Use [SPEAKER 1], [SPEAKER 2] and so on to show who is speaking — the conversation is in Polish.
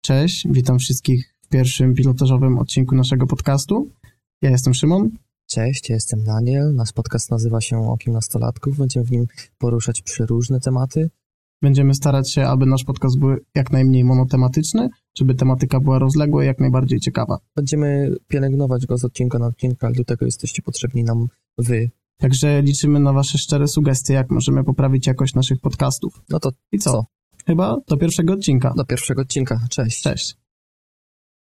[SPEAKER 1] Cześć, witam wszystkich w pierwszym pilotażowym odcinku naszego podcastu. Ja jestem Szymon.
[SPEAKER 2] Cześć, ja jestem Daniel. Nasz podcast nazywa się Okiem Nastolatków. Będziemy w nim poruszać przeróżne tematy.
[SPEAKER 1] Będziemy starać się, aby nasz podcast był jak najmniej monotematyczny, żeby tematyka była rozległa i jak najbardziej ciekawa.
[SPEAKER 2] Będziemy pielęgnować go z odcinka na odcinek, ale do tego jesteście potrzebni nam wy.
[SPEAKER 1] Także liczymy na Wasze szczere sugestie, jak możemy poprawić jakość naszych podcastów.
[SPEAKER 2] No to
[SPEAKER 1] I co?
[SPEAKER 2] Co?
[SPEAKER 1] Chyba do pierwszego odcinka.
[SPEAKER 2] do pierwszego odcinka. Cześć.
[SPEAKER 1] Cześć.